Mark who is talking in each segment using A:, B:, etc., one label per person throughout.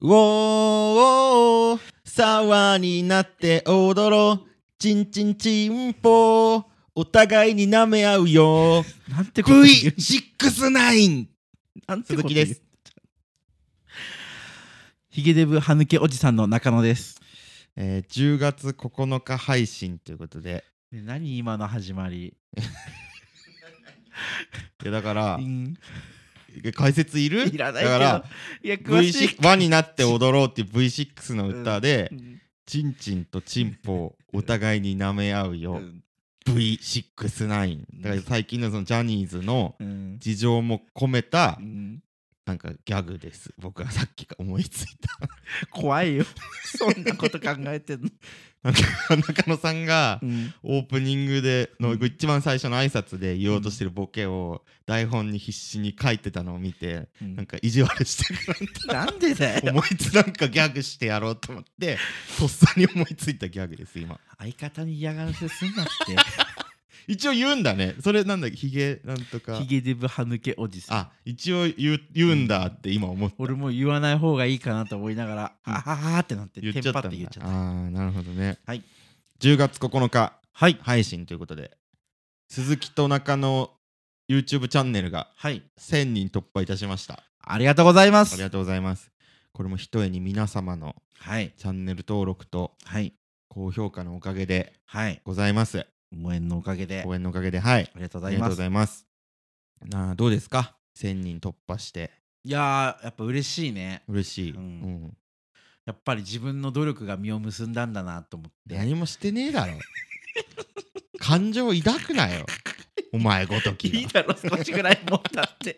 A: ウォーウォー沢になって踊ろうチンチンチンポお互いに舐め合う よ
B: なんてこと言う
A: V69
B: なんて
A: 鈴
B: こと
A: 木
B: 言う
A: です。
B: ヒゲデブ歯抜けおじさんの中野です。
A: えー10月9日配信ということで
B: ね何今の始まり。
A: いやだから
B: うん
A: 解説いる
B: いらないけ
A: だから
B: ど。いや、詳しい
A: V6 輪になって踊ろうっていう V6 の歌で、
B: うん
A: チンチンとチンポをお互いに舐め合う
B: う
A: よ
B: ん
A: V69 だから最近のそのジャニーズの
B: うん
A: 事情も込めた
B: うん
A: なんかギャグです僕はさっき思いついた
B: 怖いよ。そんなこと考えてんの。
A: なんか中野さんが
B: うん
A: オープニングでの
B: うん
A: 一番最初の挨拶で言おうとしてるボケを台本に必死に書いてたのを見て
B: うん
A: なんか意地悪して る
B: なんでだ
A: な
B: よ。
A: 思いつなんかギャグしてやろうと思ってとっさに思いついたギャグです今
B: 相方に嫌がらせすんな って。
A: 一応言うんだねそれなんだっけヒゲなんとか
B: ヒゲデブ歯抜けおじさん。
A: あ一応言う言うんだって今思って
B: 俺もう言わない方がいいかなと思いながら、
A: うん
B: あははってなって、
A: 言っ
B: テ
A: ちゃ
B: ン
A: った
B: パ
A: んだ
B: って言っちゃっ
A: あ
B: た。
A: ーなるほどね、
B: はい、
A: 10月9日
B: はい。
A: 配信ということで鈴木と中野 YouTube チャンネルが
B: はい。
A: 1000人突破いたしました
B: ありがとうございま
A: あ
B: す
A: り。がとうございますこれもひとえに皆様の
B: はい。
A: チャンネル登録と
B: はい。
A: 高評価のおかげで
B: はい。
A: ございます
B: 応援のおかげで。
A: 応援のおかげではい
B: ありがとうご
A: あ
B: ざ
A: り
B: い
A: がとうご
B: ます。
A: ざいますなあどうですか1000人突破して
B: いやー、やっぱ嬉しいね。
A: 嬉しい、
B: うん
A: うん
B: やっぱり自分の努力が実を結んだんだなと思って。
A: 何もしてねえだろ感情抱くなよお前ごと
B: い
A: き
B: い
A: が
B: だろ、少しぐらい持ったって。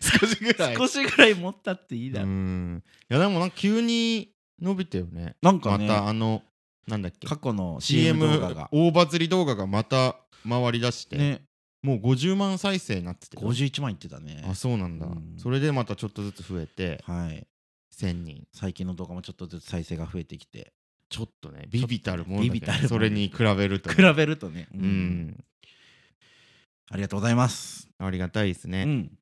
A: 少しぐらい
B: 少しぐらい持ったっていい
A: う
B: だろ。
A: んいやでもなんか急に伸びたよね
B: なんか
A: また
B: ね、
A: あのなんだっけ
B: 過去の CM
A: CM
B: 動画が。
A: 大バズり動画がまた回りだして、
B: ね、
A: もう50万再生になってて
B: 51万いってたね。
A: あそうなんだ、
B: うん
A: それでまたちょっとずつ増えて
B: はい。
A: 1000人
B: 最近の動画もちょっとずつ再生が増えてきて。
A: ちょっとねビビたるもんだけど
B: ビビたるもん
A: それに比べると
B: 比べるとね。う
A: うん、
B: ありがとうございます。
A: ありがたいです
B: う
A: ね、
B: ん。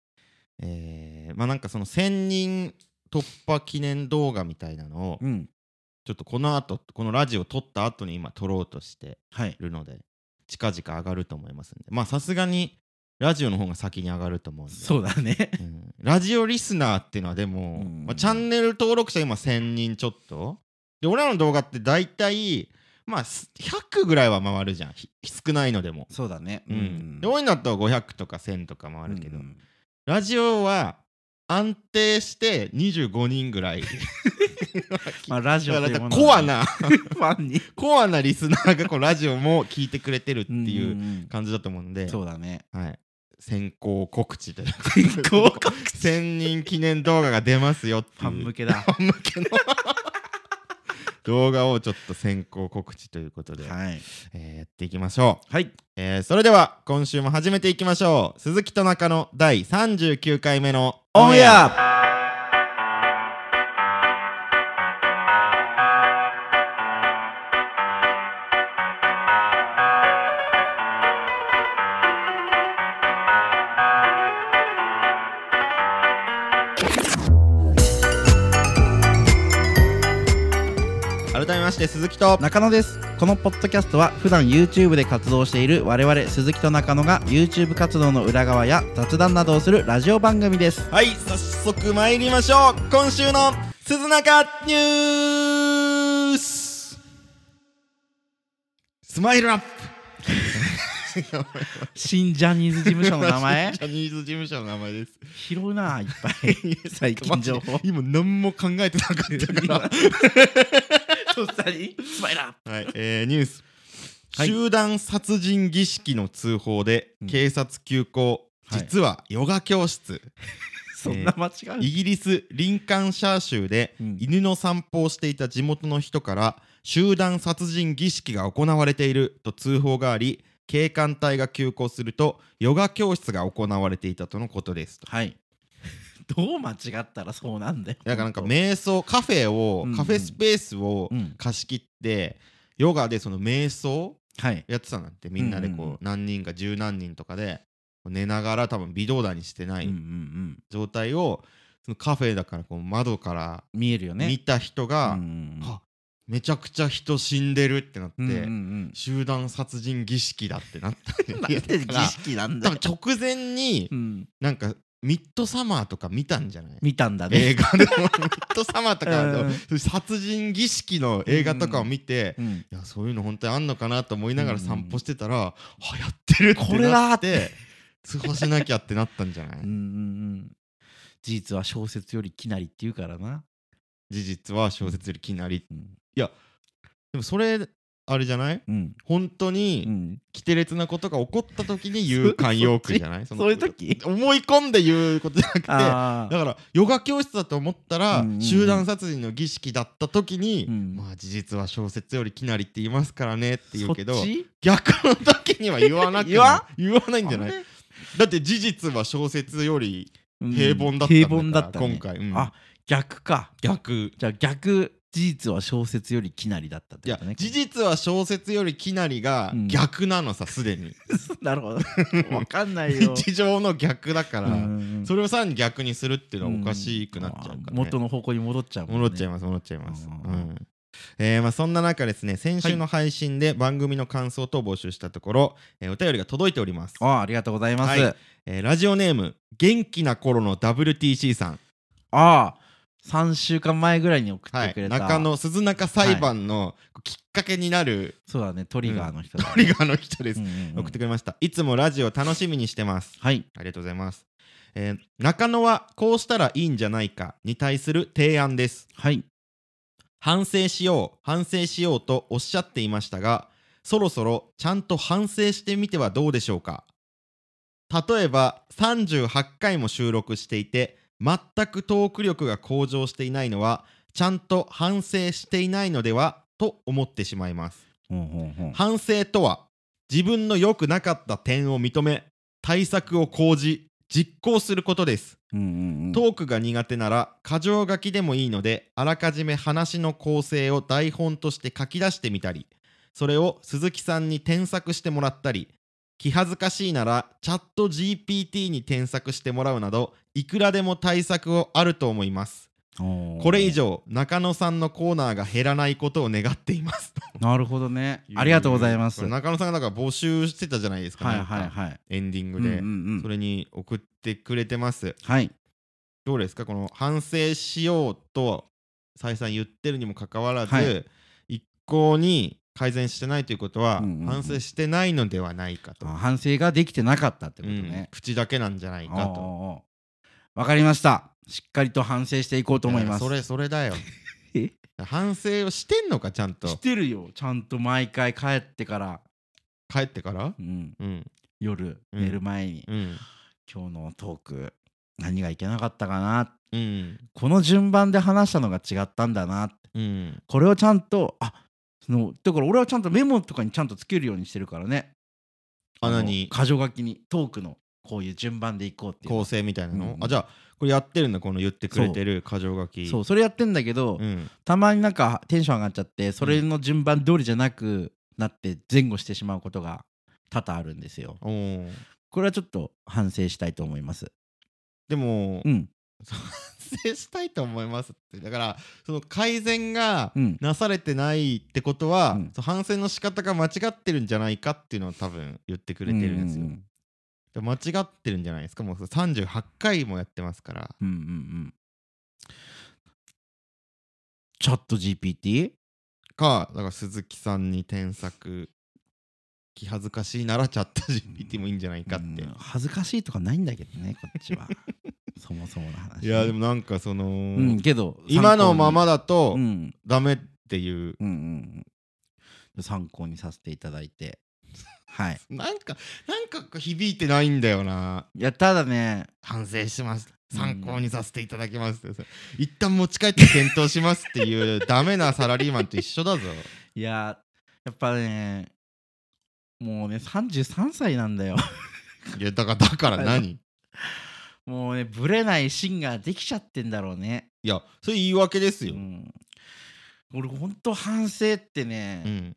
A: えーまあなんかその1000人突破記念動画みたいなのを
B: うん。
A: ちょっとこの後このラジオ撮った後に今撮ろうとして
B: はい。
A: るので近々上がると思いますんでまあさすがにラジオの方が先に上がると思うんで
B: そうだね。
A: うんラジオリスナーっていうのはでも、
B: うん
A: まあ、チャンネル登録者今1000人ちょっとで俺らの動画って大体まあす100ぐらいは回るじゃんひ少ないのでも、
B: そうだね。
A: うんで多いなったら500とか1000とか回るけど、
B: うん
A: ラジオは安定して25人ぐらい
B: まあラジオと
A: だ
B: いう
A: から
B: もの
A: コ
B: はね
A: アな
B: ファンにっ
A: コアなリスナーがこうラジオも聞いてくれてるって
B: て
A: いう
B: い
A: 感じだと思うんで、
B: そうだね。
A: はい、先行告知というか
B: 高校
A: 1000人記念動画が出ますよって
B: ファン
A: いう
B: 向けだ。
A: ファン向けの動画をちょっと先行告知ということで、
B: はい。
A: えーやっていきましょう、
B: はい。
A: えーそれでは今週も始めていきましょう鈴木と中野第39回目の
B: オンエア
A: 改めまして鈴木と
B: 中野です。このポッドキャストは普段 YouTube で活動している我々鈴木と中野が YouTube 活動の裏側や雑談などをするラジオ番組です。
A: はい早速参りましょう今週の鈴中ニューススマイルアップ
B: 新ジャニーズ事務所の名 前
A: ジャニーズ事務所の名前です
B: 拾うな、いっぱい。 最近情報
A: マジ。で今何も考えてなかった から
B: とっさにスマイラ
A: はい、えーニュース、
B: はい
A: 集団殺人儀式の通報で
B: うん
A: 警察急行、
B: はい
A: 実はヨガ教室、
B: そんな間違う、
A: イギリスリンカンシャー州で
B: うん
A: 犬の散歩をしていた地元の人から集団殺人儀式が行われていると通報があり警官隊が急行するとヨガ教室が行われていたとのことですと
B: はい。どう間違ったらそうなんだよ。
A: だからなんか瞑想カフェを、
B: うん
A: カフェスペースを
B: うん。
A: 貸し切ってヨガでその瞑想
B: はい。
A: やってたんだってみんなでこう、
B: うんうんうん
A: 何人か十何人とかでこう寝ながら多分微動だにしてな
B: うんうん
A: い
B: うん。
A: 状態をそのカフェだからこう窓から
B: 見えるよね
A: 見た人が、
B: うん
A: はめちゃくちゃ人死んでるってなって、
B: うんうん
A: 集団殺人儀式だってなった
B: うん、なんで儀式なんだ
A: 多
B: よ、
A: 分直前に
B: うん、
A: なんかミッドサマーとか見たんじゃない
B: 見たんだね、
A: 映画でも ミッドサマーとかで
B: うん
A: もそういう殺人儀式の映画とかを見て、
B: うん、
A: いやそういうの本当にあんのかなと思いながら
B: うん
A: 散歩してたら、あやってるってなって
B: これだーっ
A: 通報しなきゃってなったんじゃな
B: うんう
A: い
B: んうん事実は小説よりきなりっていうからな、
A: 事実は小説よりきなり
B: うん
A: でもそれあれじゃない
B: うん
A: 本当
B: う
A: に
B: ん、
A: 奇定烈なことが起こった時に言う慣用句じゃない
B: そ
A: の
B: ういう時
A: 思い込んで言うことじゃなくてだ
B: あー
A: からヨガ教室だと思ったら、
B: うんうんうん
A: 集団殺人の儀式だった時に、
B: うん
A: まあ事実は小説よりきなりって言いますからねって言うけど
B: そっち
A: 逆の時には言わなく
B: 言わ
A: 言わないんじゃないだって事実は小説より
B: うん
A: 平凡だったんだから、
B: 平凡だった、ね、
A: 今回、うん
B: あ逆か
A: 逆
B: じゃあ逆事実は小説よりきなりだったっ
A: い
B: てこ
A: や
B: とね
A: 事実は小説よりきなりが
B: うん
A: 逆なのさすでに
B: なるほどわかんないよ
A: 日常の逆だから、
B: うんうんうん
A: それをさらに逆にするっていうのはおかしくなっちゃうから、ね
B: あー元の方向に戻っちゃうもんね
A: 戻っちゃいます戻っちゃいます、
B: あ
A: う
B: ー
A: んえーまあ、そんな中ですね先週の配信で番組の感想等を募集したところ、えーお便りが届いております、
B: あーありがとうございます、
A: はいえーラジオネーム元気な頃の WTC さん、
B: ああ3週間前ぐらいに送っ
A: は
B: てくれ
A: い、
B: た、
A: 中野鈴中裁判のきっかけになる
B: そうだねトリガーの人だ、
A: トリガーの人です、
B: うんうんうん
A: 送ってくれましたいつもラジオ楽しみにしてます
B: はい
A: ありがとうございます、えー中野はこうしたらいいんじゃないかに対する提案です
B: はい
A: 反省しよう反省しようとおっしゃっていましたがそろそろちゃんと反省してみてはどうでしょうか例えば38回も収録していて全くトーク力が向上していないのはちゃんと反省していないのではと思ってしまいます
B: ほんほんほん
A: 反省とは自分の良くなかった点を認め対策を講じ実行することです
B: うんうんうん
A: トークが苦手なら箇条書きでもいいのであらかじめ話の構成を台本として書き出してみたりそれを鈴木さんに添削してもらったり気恥ずかしいならチャット GPT に添削してもらうなどいくらでも対策をあると思います
B: おー
A: これ以上中野さんのコーナーが減らないことを願っています
B: なるほどねありがとうございます
A: これ
B: はい
A: 中野さんがだから募集してたじゃないですか,、
B: はいはい
A: エンディング
B: うんう
A: で、
B: んう
A: そ
B: ん
A: れに送ってくれてます
B: はい
A: どうですかこの反省しようと再三言ってるにもかかわらず、
B: はい
A: 一向に改善してないということは、
B: うんうんうん
A: 反省してないのではないか
B: あ
A: と、
B: ー反省ができてなかったってこと
A: うん
B: ね、
A: 口だけなんじゃない
B: おー
A: か
B: おー
A: と
B: おーわかりましたしっかりと反省していこうと思います
A: やそれそれだよ
B: え
A: 反省をしてんのかちゃんと
B: してるよちゃんと毎回帰ってから、
A: 帰ってから
B: うん、
A: うん
B: 夜、
A: うん
B: 寝る前に、
A: うん
B: 今日のトーク何がいけなかったかな
A: うん
B: この順番で話したのが違ったんだな
A: うん
B: これをちゃんとあそのだから俺はちゃんとメモとかにちゃんとつけるようにしてるからね
A: あ
B: の
A: 何
B: 箇条書きにトークのこういう順番でいこうっていう
A: 構成みたいなの、
B: うんうん
A: あじゃあこれやってるんだこの言ってくれてる箇条書き
B: そうそれやってんだけど、
A: うん
B: たまになんかテンション上がっちゃってそれの順番通りじゃなくなって前後してしまうことが多々あるんですよ
A: おー
B: これはちょっと反省したいと思います
A: でも、
B: うん
A: 反省したいと思いますってだからその改善が
B: うん
A: なされてないってことは、
B: うん
A: その反省の仕方が間違ってるんじゃないかっていうのを多分言ってくれてるんですよ、
B: うん
A: で間違ってるんじゃないですかもう38回もやってますから
B: うんうんうんチャット GPT?
A: かだから鈴木さんに添削気恥ずかしいならチャット GPT もいいんじゃないかって、
B: うん恥ずかしいとかないんだけどねこっちは そもそもの話
A: いやでもなんかその、
B: うんけど
A: 今のままだ
B: だ
A: と
B: うん
A: ダメっていう、
B: うんうんうん参考にさせていただいてはい
A: なんかなんか響いてないんだよない
B: やただね
A: 反省します
B: うん
A: 参考にさせていただきますって、一旦持ち帰って検討しますって いうダメなサラリーマンと一緒だぞ
B: いややっぱねもうね33歳なんだよ
A: いやだからだから何い
B: もうねブレない芯ができちゃってんだろうね
A: やそれ言い訳ですよ、
B: う
A: うん
B: ん、俺ほんと反省ってね、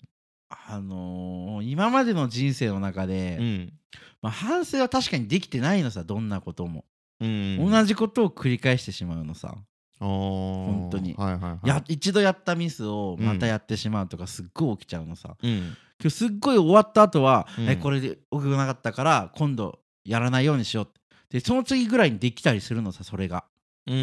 B: あのー今までの人生の中で、
A: うん
B: まあ、反省は確かにできてないのさどんなことも
A: うん
B: 同じことを繰り返してしまうのさ、
A: 本
B: 当に
A: はいはいはい
B: や一度やったミスをまたやってしまうとかすっごい起きちゃうのさ、
A: うん
B: 今日すっごい終わった後は、
A: うん
B: えこれで多くなかったから今度やらないようにしようってでその次ぐらいにできたりするのさそれが、
A: うん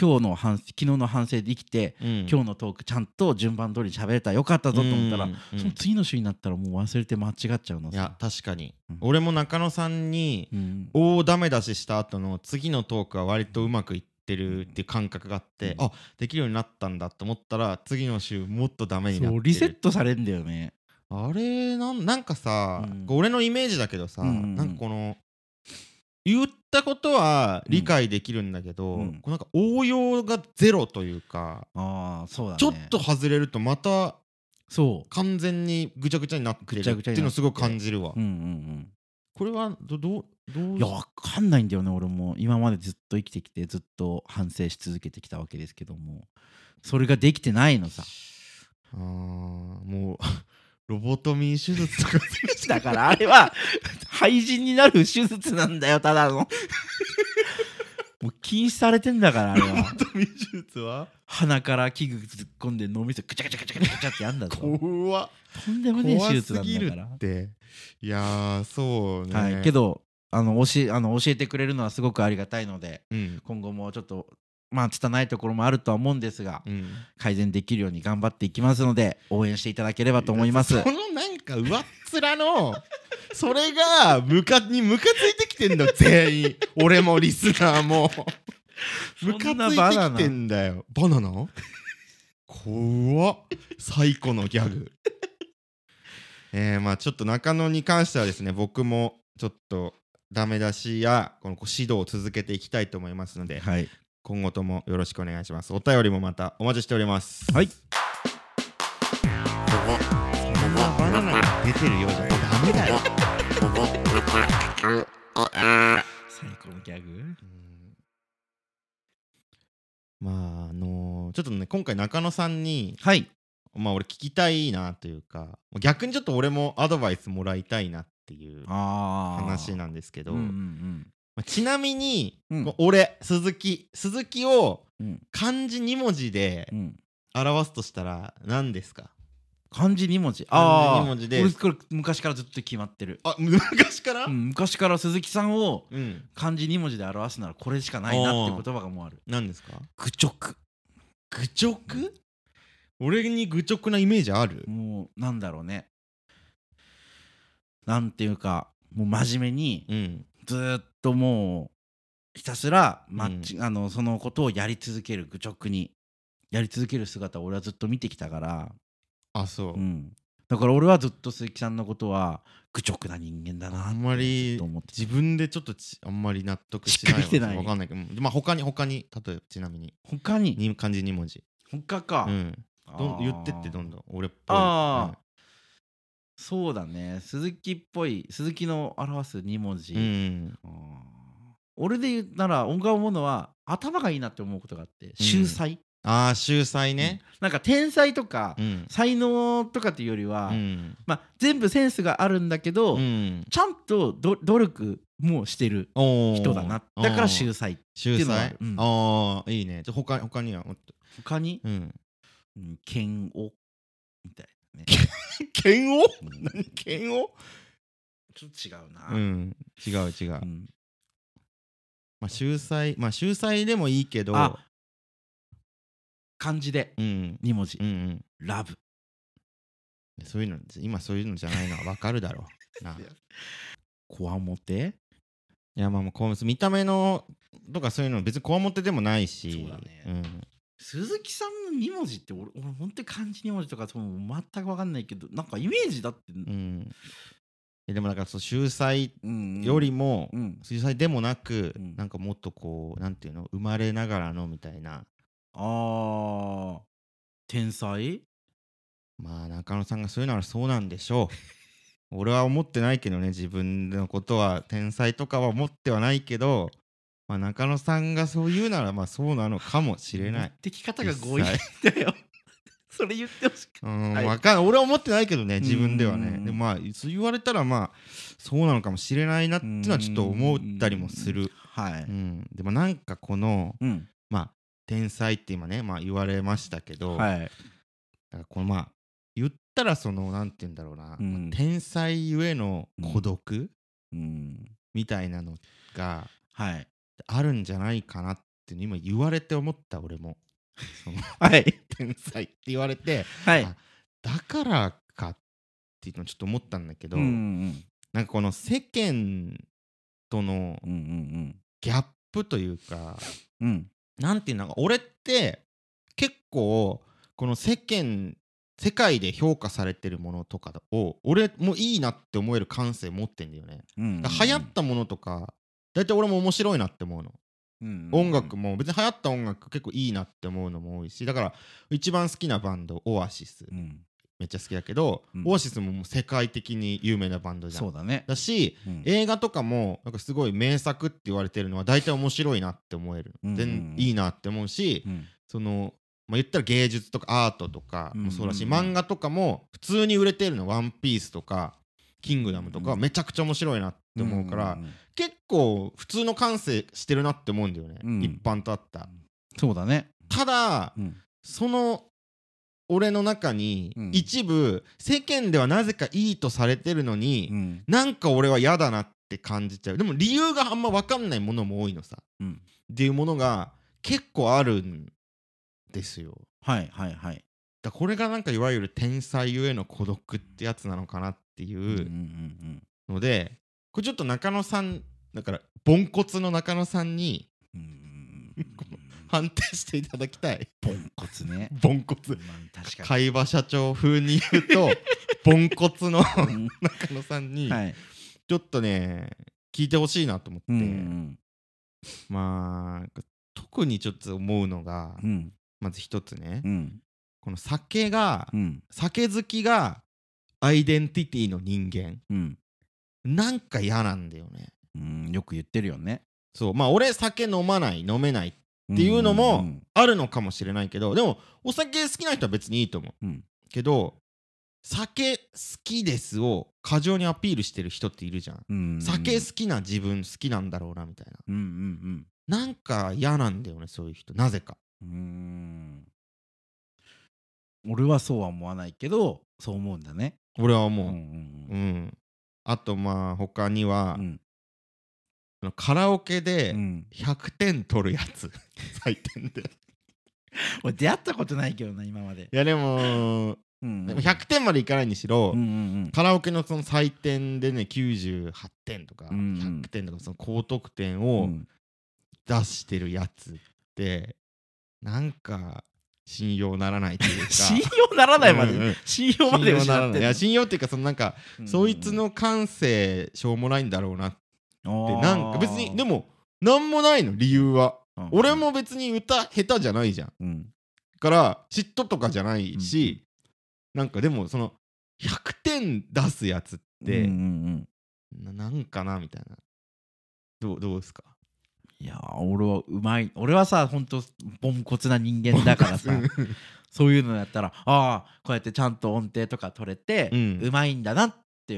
B: 今日の反昨日の反省で生きて、
A: 日
B: 今日のトークちゃんと順番通り喋れたらよかったぞと思ったら、
A: うん
B: その次の週になったらもう忘れて間違っちゃうの
A: い
B: さ
A: や確かに、
B: うん
A: 俺も中野さんに
B: うん
A: 大ダメ出しした後の次のトークは割とうまくいってるっていう感覚があって、
B: うん
A: あできるようになったんだと思ったら次の週もっとダメになっ
B: そ
A: て
B: う
A: る
B: リセットされんだよね
A: あれなんなんかさ、
B: うん
A: こう俺のイメージだけどさ、
B: うんうんうん
A: なんかこの言ったことは理解できるんだけど、
B: うん
A: こうなんか応用がゼロというか、
B: ああそうだね
A: ちょっと外れるとまた
B: そ
A: 完全にぐちゃぐちゃになってる
B: ぐ
A: っ
B: ち
A: て
B: ゃぐちゃ
A: い
B: に
A: う
B: な
A: の
B: って
A: すごい感じるわ、
B: ううんうん
A: これはどどうど
B: う
A: うん
B: いやわかんないんだよね俺も今までずっと生きてきてずっと反省し続けてきたわけですけどもそれができてないのさ
A: あーもう ロボトミー手術とか
B: だからあれは廃人になる手術なんだよた だのもう禁止されてんだからあれは
A: ロボトミー手術は
B: 鼻から器具突っ込んで脳みそぐちゃぐちゃぐちゃぐちゃぐちゃってやんだぞ
A: 怖っ
B: とんでもねえ手
A: 怖
B: 術な
A: す
B: ん
A: ぎ
B: だ
A: る
B: から
A: っていやーそうね、
B: はい、けどあの教えあの教えてくれるのはすごくありがたいので
A: うん
B: 今後もちょっとまあ拙いところもあるとは思うんですが
A: うん
B: 改善できるように頑張っていきますので応援していただければと思います
A: そのなんか上っ面のそれがムカにムカついてきてんだよ全員俺もリスナーもムカつ
B: そんない
A: てきてんだよバナナ怖っ最古のギャグえー、まあちょっと中野に関してはですね僕もちょっとダメ出しやこの指導を続けていきたいと思いますので
B: はい
A: 今後ともよろしくお願いしますお便りもまたお待ちしております
B: はい
A: バナナ出てるようじゃダメだよ
B: 最高のギャグ
A: まああのーちょっとね今回中野さんに
B: はい
A: まあ俺聞きたいなというか逆にちょっと俺もアドバイスもらいたいなっていう
B: ああ
A: 話なんですけど、
B: うん
A: まあちなみに、
B: うん
A: こう俺鈴木鈴木を
B: うんうん
A: 漢字2文字で
B: うんうん
A: 表すとしたら何ですか
B: 漢字2文
A: 漢字
B: 字ああ
A: 二文字で
B: 俺これ昔からずっと決まってる、
A: あ 昔から
B: う
A: うん、
B: ん、昔から鈴木さんを漢字2文字で表すならこれしかないなって言葉がもうある
A: 何ですか
B: 愚直
A: 愚直俺に愚直なイメージある
B: もうなんだろうねなんていうかもう真面目に
A: うん
B: ずーっともうひたすらマッチ、あのそのことをやり続ける愚直にやり続ける姿を俺はずっと見てきたから、
A: あそう、
B: うん、だから俺はずっと鈴木さんのことは愚直な人間だな
A: あんまり
B: と思って
A: 自分でちょっとちあんまり納得しない
B: しっくりきてない
A: わかんないけど、うんまあ他に他に例えばちなみに
B: 他に
A: に漢字2文字、
B: 他か、
A: うん、どん
B: あー
A: 言ってってどんどん俺っぽい
B: ああそうだね鈴木っぽい鈴木の表す2文字、
A: うんうん
B: あー俺で言うなら音楽思うのは頭がいいなって思うことがあって秀才、
A: ああ秀才ね
B: うんなんか天才とか、
A: うん
B: 才能とかっていうよりは、
A: うん
B: まあ、全部センスがあるんだけど、
A: うん
B: ちゃんとど努力もしてる
A: おー
B: 人だなだから秀
A: おー
B: 才
A: 秀
B: っていうのはあ
A: 才
B: るうん
A: ああいいねじゃ他他にはもっと
B: 他に
A: うん
B: うん剣をみたいなね
A: 剣を
B: うん
A: 何剣を
B: ちょっと違うな、
A: うん違う違う、
B: う
A: まあ
B: ん
A: 秀才まあ秀才でもいいけど
B: あ漢字で
A: うん
B: 2文字、
A: うんうん
B: ラブ
A: そういうの今そういうのじゃないのは分かるだろ うなあ
B: いやこわもて
A: いやまあもうこう見た目のとかそういうの別にこわもてでもないし
B: そうだね
A: ん、
B: 鈴木さんの2文字って俺俺本当に漢字2文字とかそう全く分かんないけどなんかイメージだって、
A: うんえでもなんかそう秀才
B: うん
A: よりも、
B: うん、
A: 秀才でもなく、
B: うん
A: なんかもっとこうなんていうの生まれながらのみたいな
B: あー天才
A: まあ中野さんがそういうならそう なんでしょう俺は思ってないけどね自分のことは天才とかは思ってはないけど、まあ、中 野さんがそう言うならまあそうなのかもしれな
B: 持
A: い
B: ってき方が強引だよ それ言ってほしく
A: うん、
B: はい
A: わかん俺は思ってないけどね自分では
B: う
A: ね
B: ん
A: でもまあそう言われたらまあそうなのかもしれないなっていうのはちょっと思ったりもする、
B: は
A: う
B: い
A: ん、でもなんかこの
B: うん
A: まあ天才って今ね、まあ、言われましたけど、
B: はい
A: だからこのまあ言ったらそのなんて言うんだろうな、
B: うん
A: 天才ゆえの孤独、
B: うん
A: みたいなのが
B: はい
A: あるんじゃないかなっていうの今言われて思った俺も その
B: はい
A: 天才って言われて
B: はい
A: あだからかっていうのをちょっと思ったんだけど、
B: うんうん
A: なんかこの世間との
B: うんうん
A: ギャップというか
B: うんうん
A: なんていうのか俺って結構この世間世界で評価されてるものとかを俺もいいなって思える感性持ってんだよね。
B: うん
A: だから流行ったものとか大体俺も面白いなって思うの。音楽も別に流行った音楽結構いいなって思うのも多いしだから一番好きなバンドオアシス
B: うん
A: めっちゃ好きだけど、
B: うん
A: オアシスももう世界的に有名なバンドじゃん。
B: そうだね
A: だし
B: うん
A: 映画とかもなんかすごい名作って言われてるのは大体面白いなって思える、
B: うん
A: 全いいなって思うし、
B: うん
A: その、まあ、言ったら芸術とかアートとかもそうだし、
B: うんうんうん
A: 漫画とかも普通に売れてるの「ワンピースとか「キングダム」とかはめちゃくちゃ面白いなって思うから、
B: んんん
A: 結構普通の感性してるなって思うんだよね、
B: うん
A: 一般とあった。
B: そうだね
A: ただ
B: うん
A: その俺の中に
B: うん
A: 一部、世間ではなぜかいいとされてるのに、
B: うん
A: なんか俺は嫌だなって感じちゃうでも理由があんま分かんないものも多いのさ
B: うん
A: っていうものが結構あるんですよ
B: はいはいはい
A: だからこれがなんかいわゆる天才ゆえの孤独ってやつなのかなってい
B: うんうん
A: うので、これちょっと中野さんだからポンコツの中野さんに
B: うんうんうん
A: 判定していただきたい
B: ポンコツね
A: ポンコ
B: ま
A: ツ
B: あ確か
A: 会話社長風に言う とポンコツの中
B: に
A: 野さんに
B: はい
A: ちょっとね聞いてほしいなと思って、
B: うんうん
A: まあ特にちょっと思うのが、
B: うん
A: まず一つね、
B: うん
A: この酒が、
B: うん
A: 酒好きがアイデンティティの人間
B: うん
A: なんか嫌なんだよね
B: うんよく言ってるよね
A: そうまあ俺酒飲まない飲めないっていうのも
B: うん
A: あるのかもしれないけどでもお酒好きな人は別にいいと思う、
B: うん
A: けど酒好きですを過剰にアピールしてる人っているじゃん、
B: うんうん
A: 酒好きな自分好きなんだろうなみたい
B: うんうん
A: ななんか嫌なんだよねそういう人なぜか
B: うんうん俺はそうは思わないけどそう思うんだね
A: 俺は
B: うんう
A: 思ううんん、あとまあ他には、
B: うん
A: あのカラオケで、
B: うん
A: 100点取るやつ採点で
B: 俺出会ったことないけどな今まで
A: いやでも
B: うん
A: でも100点までいかないにしろ、
B: うんうん
A: カラオケのその採点でね98点とか
B: うんうん
A: 100点とかその高得点
B: うんう
A: を
B: ん
A: 出してるやつってなんか信用ならないというか
B: 信用ならないま
A: うんうん
B: で信用ま
A: 信
B: で
A: 用
B: 失
A: なら
B: っ
A: な
B: て
A: いい
B: んの
A: や信用っていうかそのなんかそいつの感性しょうもないんだろうなって
B: で
A: なんか別にでもなんもないの理由は俺、も別に歌下手じゃないじゃん
B: うん
A: から嫉妬とかじゃないし、なんかでもその100点出すやつって、
B: うんうんうん
A: ななんかなみたいなどうどうです か
B: いや俺はうまい俺はさほんとポンコツな人間だか らさ
A: うん
B: そういうのやったらああこうやってちゃんと音程とか取れて、
A: う
B: うんまいんだなって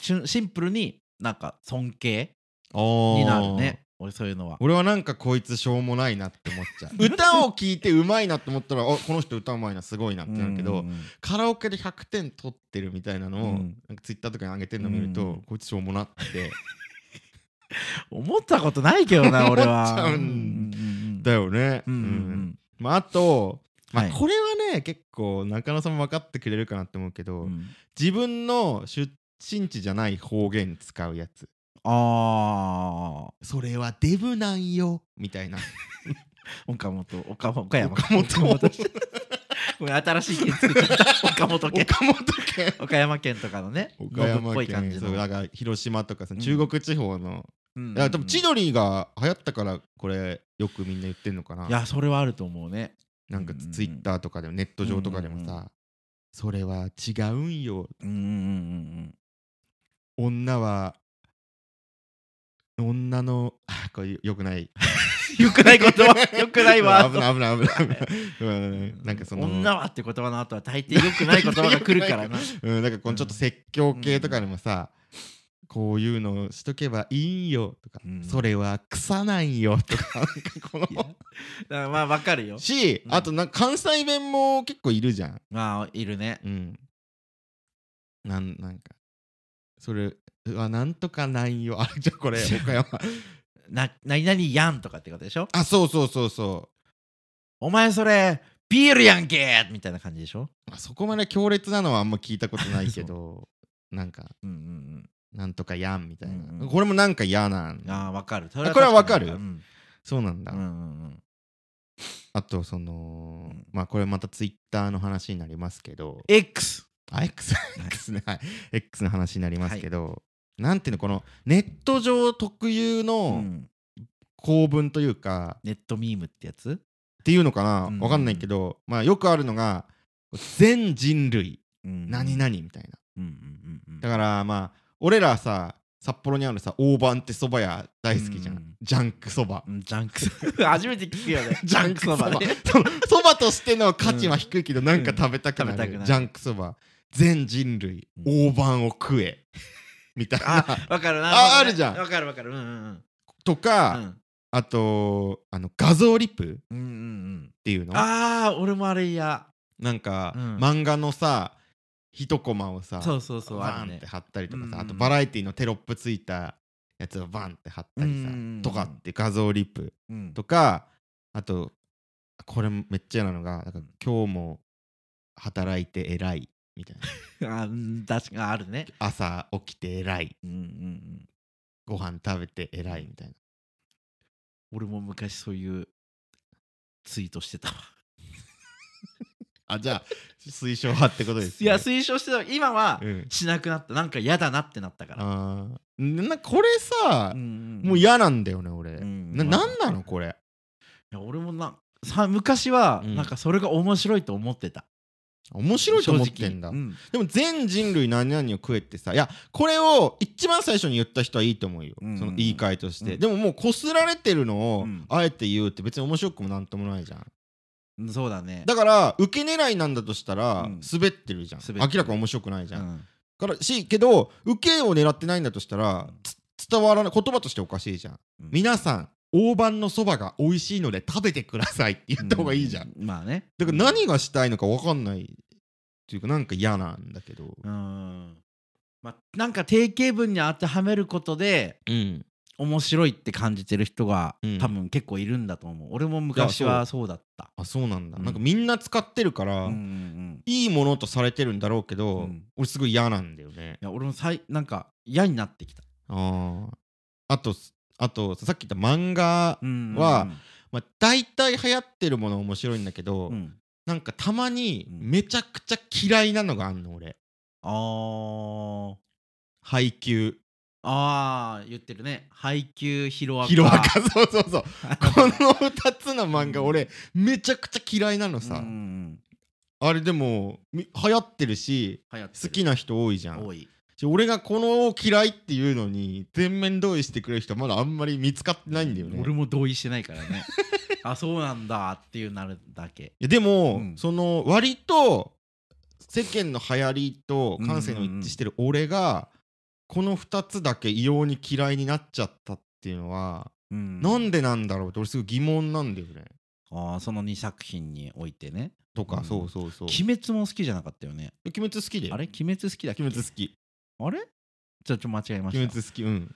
B: シュシンプルになんか尊敬に
A: に
B: なるね俺そういうのは。
A: 俺はなんかこいつしょうもないなって思っちゃ う歌を聴いてうまいなって思ったらあこの人歌うまいなすごいなってなるけど、
B: うんうん
A: カラオケで100点取ってるみたいなのを、
B: うん
A: なんかツイッターとかに上げてるの見ると、
B: うん
A: こいつしょうもなって
B: 思ったことないけどな俺は。
A: 思っちゃうんだよね、
B: うんうんうん
A: うんまああと、まあ
B: はい
A: これはね結構中野さんも分かってくれるかなって思うけど、
B: うんうん
A: 自分の出身地じゃない方言使うやつ
B: あ
A: それはデブなんよみたいな
B: あ岡本岡本岡山
A: 岡本
B: これ新しい県作っちゃった岡本県
A: 岡本県
B: 岡山県とかのね
A: 岡
B: ノブっ
A: 山
B: ぽい感
A: 県
B: じ
A: そ
B: の
A: うだから広島とかその
B: うん
A: 中国地方の、
B: うんうん
A: いや多分千鳥が流行ったからこれよくみんな言ってんのかない
B: やそれはあると思うね
A: なんか
B: うんうんうん
A: ツイッターとかでもネット上とかでもさ、
B: うんう
A: それは違うんよ
B: うんうんうんうん
A: 女は女のあこれよくない
B: よくない言 葉、 よくないワー
A: 危
B: ド。
A: ない危ない危 ない危ないうんなんかその
B: 女はって言葉の後は大抵よくない言葉が来るか らな。
A: うん、なんかこのちょっと説教系とかでもさ、こういうのしとけばいいよとか、
B: うん
A: それは腐ないよと かなんかこ
B: いやだ
A: の
B: からまあわかるよ。
A: し、
B: うん
A: あとなんか関西弁も結構いるじゃん。
B: まあいるね。
A: うん、なんなんかそれうわなんとかないよあれじゃあこれ岡山
B: な何々やんとかってことでしょ
A: あそうそうそうそ
B: お前それビールやんけみたいな感じでしょ
A: う、まあ、そこまで強烈なのはあんま聞いたことないけ どなんか
B: うんうん
A: なんとかやんみたいな、
B: うんうん
A: これもなんか嫌なん
B: うん。ああわかる。そ
A: これはわ
B: 確
A: か
B: に
A: る
B: うん
A: そうなんだ、
B: うんうん
A: あとその、
B: うん
A: まあこれまたツイッターの話になりますけど
B: X。
A: あ X, X ねはい X の話になりますけど、なんていうのこのネット上特有
B: う
A: の
B: ん
A: 構文というか、
B: ネットミームってやつ
A: っていうのかな、
B: うん
A: わかんないけどまあよくあるのが全人類何
B: 何
A: 々みたいな
B: うんうんうんうん。
A: だからまあ俺らさ札幌にあるさ大判ってそば屋大好きじゃん、
B: うん
A: ジャンクそば
B: うんジャンクそば 初めて聞くよね
A: ジャンクそば
B: ジャン
A: ね
B: クね。
A: その そばとしての価値は低いけど、なんか食べたくな
B: うん食べたく
A: る、
B: なる
A: ジャンクそば全人類、
B: うん
A: 大判を食えみたいな
B: あわかるな
A: あ
B: る
A: ある
B: ほどね
A: じゃん
B: わかるわかるうんうん
A: と
B: うん
A: か、
B: うん
A: あとあの画像リプっ
B: うんうんうん
A: ていうの
B: ああ俺もあれや
A: なんか、
B: うん
A: 漫画のさ一コマをさ
B: そうそうそう
A: バー
B: あ
A: ン
B: る
A: っ
B: ね
A: て貼ったりとかさ、
B: うんうん
A: あとバラエティのテロップついたやつをバンって貼ったりさ、
B: うん
A: とかって画像リプ
B: うん
A: とかあとこれめっちゃ嫌なのがなんか今日も働いて偉いみたいな
B: あうん確かにあるね
A: 朝起きて偉い
B: うんうんうん
A: ご飯食べて偉いみたいな
B: 俺も昔そういうツイートしてたわ
A: あじゃあ推奨派ってことです、
B: いや推奨してたわ今は
A: うん
B: しなくなったなんか嫌だなってなったから
A: あーなこれさ、もう
B: い
A: 嫌なんだよね俺、
B: ん
A: な
B: まあ
A: なんなのこれ
B: や俺もなさ昔は
A: うん
B: なんかそれが面白いと思ってた
A: 面白いと思ってんだ、
B: 正直うん
A: でも全人類何々を食えってさいやこれを一番最初に言った人はいいと思うよ、
B: うんうん
A: その言い換えとして、
B: うん
A: でももうこすられてるのを
B: うん
A: あえて言うって別に面白くもなんともないじゃん
B: うんそうだね
A: だから受け狙いなんだとしたら
B: うん
A: 滑ってるじゃん、
B: 滑ってる
A: 明らか面白くないじゃん、
B: うん
A: からしけど受けを狙ってないんだとしたらつ伝わらない言葉としておかしいじゃん、
B: うん
A: 皆さん大判のそばが美味しいので食べてくださいって言った方がいいじゃん、
B: うまあね
A: だから何がしたいのか分かんないっていうかなんか嫌なんだけど
B: うんまあなんか定型文に当てはめることで
A: うん
B: 面白いって感じてる人が、
A: うん
B: 多分結構いるんだと思う俺も昔
A: い
B: は
A: や
B: そうだった
A: あそうなんだ、
B: うん
A: なんかみんな使ってるから、
B: うんうんうん
A: いいものとされてるんだろうけど、
B: うん
A: 俺すごい嫌なんだよね
B: いや俺もさいなんか嫌になってきた、
A: あーあとあとさっき言った漫画、
B: うんうんうん
A: はまあ、大体流行ってるもの面白いんだけど、
B: うん
A: なんかたまに
B: うん
A: めちゃくちゃ嫌いなのがあんの俺
B: あー
A: 配給
B: あー言ってるね配給ヒロアカ
A: ヒロア カ そうそうそうこの
B: の
A: 2つの漫画俺めちゃくちゃ嫌いなのさ、
B: うんうん
A: あれでもみ流行ってるし
B: 流行って
A: 好
B: る
A: きな人多いじゃん
B: 多い
A: ちょ俺がこのを嫌いっていうのに全面同意してくれる人まだあんまり見つかってないんだよね
B: 俺
A: い
B: も同意してないからね あそうなんだっていうなるだけ
A: やでも、
B: うん
A: その割と世間の流行りと感性の一致してる俺がこの2つだけ異様に嫌いになっちゃったっていうのは、
B: うん
A: なんでなんだろうって俺すごい疑問なんだよね
B: あーその2作品においてね
A: とか、
B: うん
A: そうそうそう
B: 鬼滅も好きじゃなかったよね
A: 鬼滅好きで
B: あれ鬼滅好きだっけ
A: 鬼滅好き
B: あれちょっと間違えま
A: 鬼
B: した
A: 滅好きうん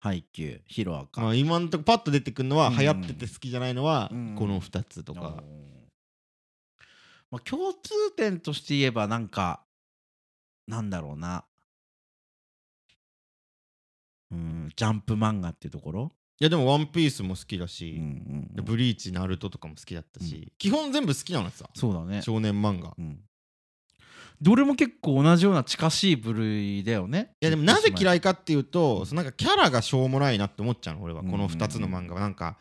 B: 配給ヒロアカ
A: まあ今んとこパッと出てくるのは
B: うん
A: 流行ってて好きじゃないのは
B: うん
A: この2つと
B: おー
A: か
B: まあ、共通点として言えばなんかなんだろうなうんジャンプ漫画っていうところ、
A: いやでも「ワンピースも好きだ
B: う
A: し、
B: んうん
A: でブリーチ、ナルトとかも好きだったし、基本全部好きなのさ、
B: そうだね、
A: 少年漫画。い
B: うん、どれも結構同じような近しい部類だよね
A: やでもなぜ嫌
B: い
A: いかっていうと、そのなんかキャラがしょうもないなって思っちゃうの、俺は。
B: うん
A: この2つの漫画は。なんか、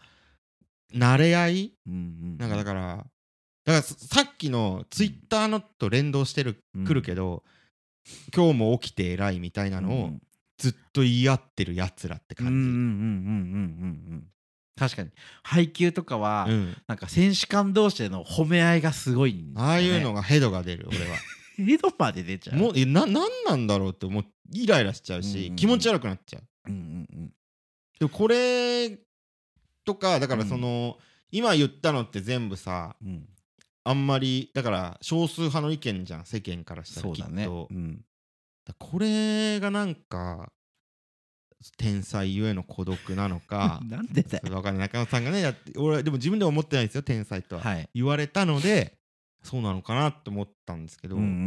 A: 慣れ合い
B: うん
A: なんかだ
B: か
A: から、だからささっきのツイッターのと連動してる、
B: ら
A: くるけど、今日も起きて偉いみたいなのを、ずっと言い合ってるやつらって
B: うんうんうんうんうん
A: 感
B: うんうん確かに配給とかは、
A: じ、うん、
B: なんか選手間同士での褒め合いがすごいんだよね、
A: ああいうのがヘドが出る俺 は
B: 江戸まで出ちゃう
A: もうえな何なんだろうってもうイライラしちゃう
B: うんうん
A: し、
B: うん
A: 気持ち悪くなっちゃう
B: うんうん
A: でもこれとかだから
B: うん
A: その、今言ったのって全部さ
B: うんうん
A: あんまりだから少数派の意見じゃん世間からしたら
B: そ
A: きっ
B: う
A: と
B: だねうん
A: だこれがなんか天才ゆえの孤独なのか
B: なんでだよ
A: それわかんない中野さんがねだって俺でも自分では思ってないですよ天才とは、
B: はい
A: 言われたのでそうなのかなと思ったんですけど、
B: うんうんうん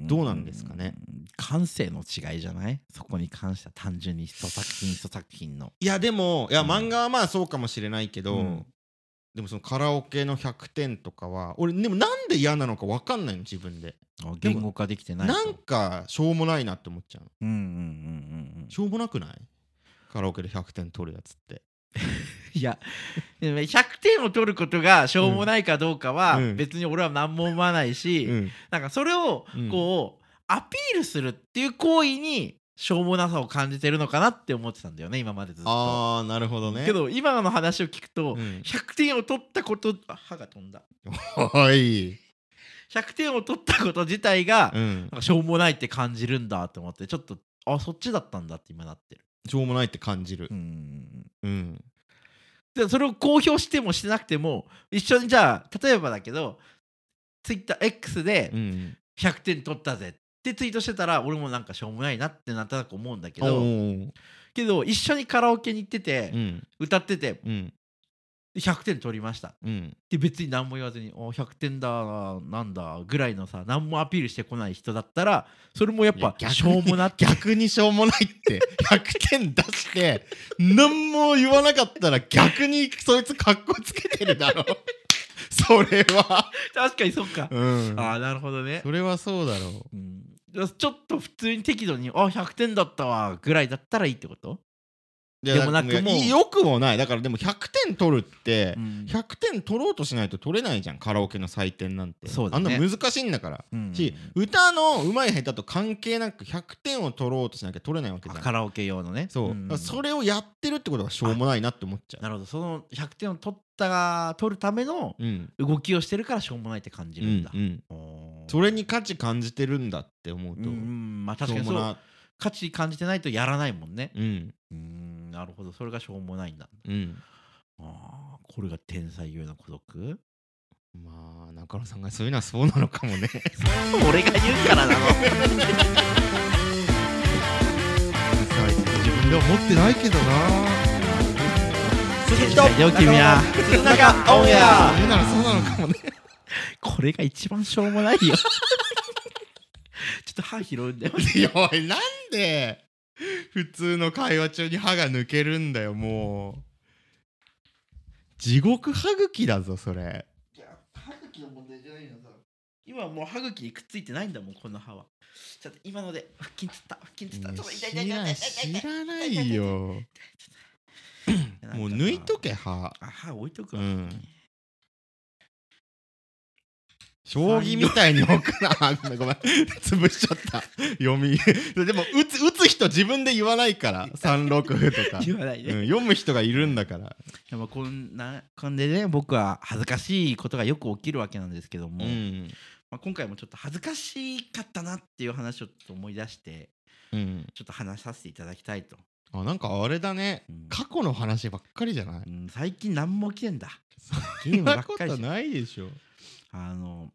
B: うん
A: どうなんですかね
B: 感性の違いじゃないそこに関しては単純に一作品一作品の
A: いやでもいや
B: うん
A: 漫画はまあそうかもしれないけど、
B: うん
A: でもそのカラオケの100点とかは俺でもなんで嫌なのかわかんないの自分で
B: あ言語化できてないと
A: なんかしょうもないなって思っちゃうの
B: うんうんうんうんうん
A: しょうもなくないカラオケで100点取るやつって
B: いやでも100点を取ることがしょうもないかどうかは
A: うん
B: 別に俺は何も思わないし、
A: うん
B: なんかそれを
A: うん
B: こうアピールするっていう行為にしょうもなさを感じてるのかなって思ってたんだよね今までずっと。
A: あーなるほどね
B: けど今の話を聞くと、
A: うん
B: 100点を取ったことあ歯が飛んだ
A: はい、
B: 100点を取ったこと自体が、
A: うん、
B: なんかしょうもないって感じるんだと思ってちょっとあそっちだったんだって今なってる。
A: しょうもないって感じる
B: うん
A: うん
B: でそれを公表してもしてなくても一緒にじゃあ例えばだけど TwitterX で
A: うん
B: 100点取ったぜってツイートしてたら俺もなんかしょうもないなってなんとなく思うんだけど
A: おー
B: けど一緒にカラオケに行ってて、
A: うん
B: 歌ってて
A: うん
B: 100点取りました
A: うん
B: で別に何も言わずに「お100点だなんだ」ぐらいのさ何もアピールしてこない人だったらそれもやっぱ
A: いや逆に
B: しょうもな って
A: 逆にしょうもないって100点出して何も言わなかったら逆にそいつかっこつけてるだろそれは
B: 確かにそっか、
A: うん
B: ああなるほどね
A: それはそうだろ
B: うん、ちょっと普通に適度に「あ100点だったわ」ぐらいだったらいいってこと、
A: う
B: でもなくもう
A: いやよくもないだからでも100点取るって
B: うん
A: 100点取ろうとしないと取れないじゃんカラオケの採点なんて
B: そうだね
A: あんな難しいんだから
B: うん
A: し歌の上手い下手と関係なく100点を取ろうとしなきゃ取れないわけ
B: あ
A: じゃ
B: カ
A: ん
B: ラオケ用のね
A: そう、
B: ん
A: だからそれをやってるってことがしょうもないなって思っちゃ
B: なるほどその100点を取ったが取るための
A: ううん
B: 動きをしてるからしょうもないって感じるんだ
A: う、ん
B: おー
A: それに価値感じてるんだって思う
B: う
A: と、
B: んまあ確かに
A: しょ
B: そ
A: も
B: うう
A: な
B: 価値感じてないとやらないもんね
A: うん
B: うんなるほどそれがしょうもないんだ
A: うん
B: あーこれが天才ゆえの孤独
A: まあ中野さんがそういうのはそうなのかもね
B: 俺が言うからなの
A: 自分では思ってないけどな
B: 天才よ君は鈴中オンエア
A: そうならそうなのかもね
B: これが一番しょうもないよ ちょっと歯拾うんだよ
A: いやおいなんで普通の会話中に歯が抜けるんだよもう地獄歯茎だぞそれ
B: 歯茎の問題じゃないのさ今はもう歯茎にくっついてないんだもんこの歯はちょっと今ので腹筋つった腹筋つったちょっと痛い痛い
A: 知
B: 痛い
A: ら
B: 痛
A: ないい
B: 痛
A: 知
B: い
A: らないよ
B: 痛
A: もう抜いと
B: け
A: け歯
B: 歯置いとく
A: う
B: わ
A: ん将棋みたいに置くなあごめん ごめん潰しちゃった読みでも打つ打つ人自分で言わないから3六歩とか、
B: 言わない
A: うん
B: で、
A: 読む人がいるんだから
B: でもこんなこんでね僕は恥ずかしいことがよく起きるわけなんですけど
A: う
B: も、
A: ん
B: まあ、今回もちょっと恥ずかしかったなっていう話をちょっと思い出して
A: うん
B: ちょっと話させていただきたいと、
A: あなんかあれだね
B: うん
A: 過去の話ばっかりじゃない
B: うん最近何も起きてんだゲ
A: そ
B: ーム
A: ん
B: ば
A: な
B: っ
A: こ
B: かり
A: と
B: して
A: ないでしょ
B: あの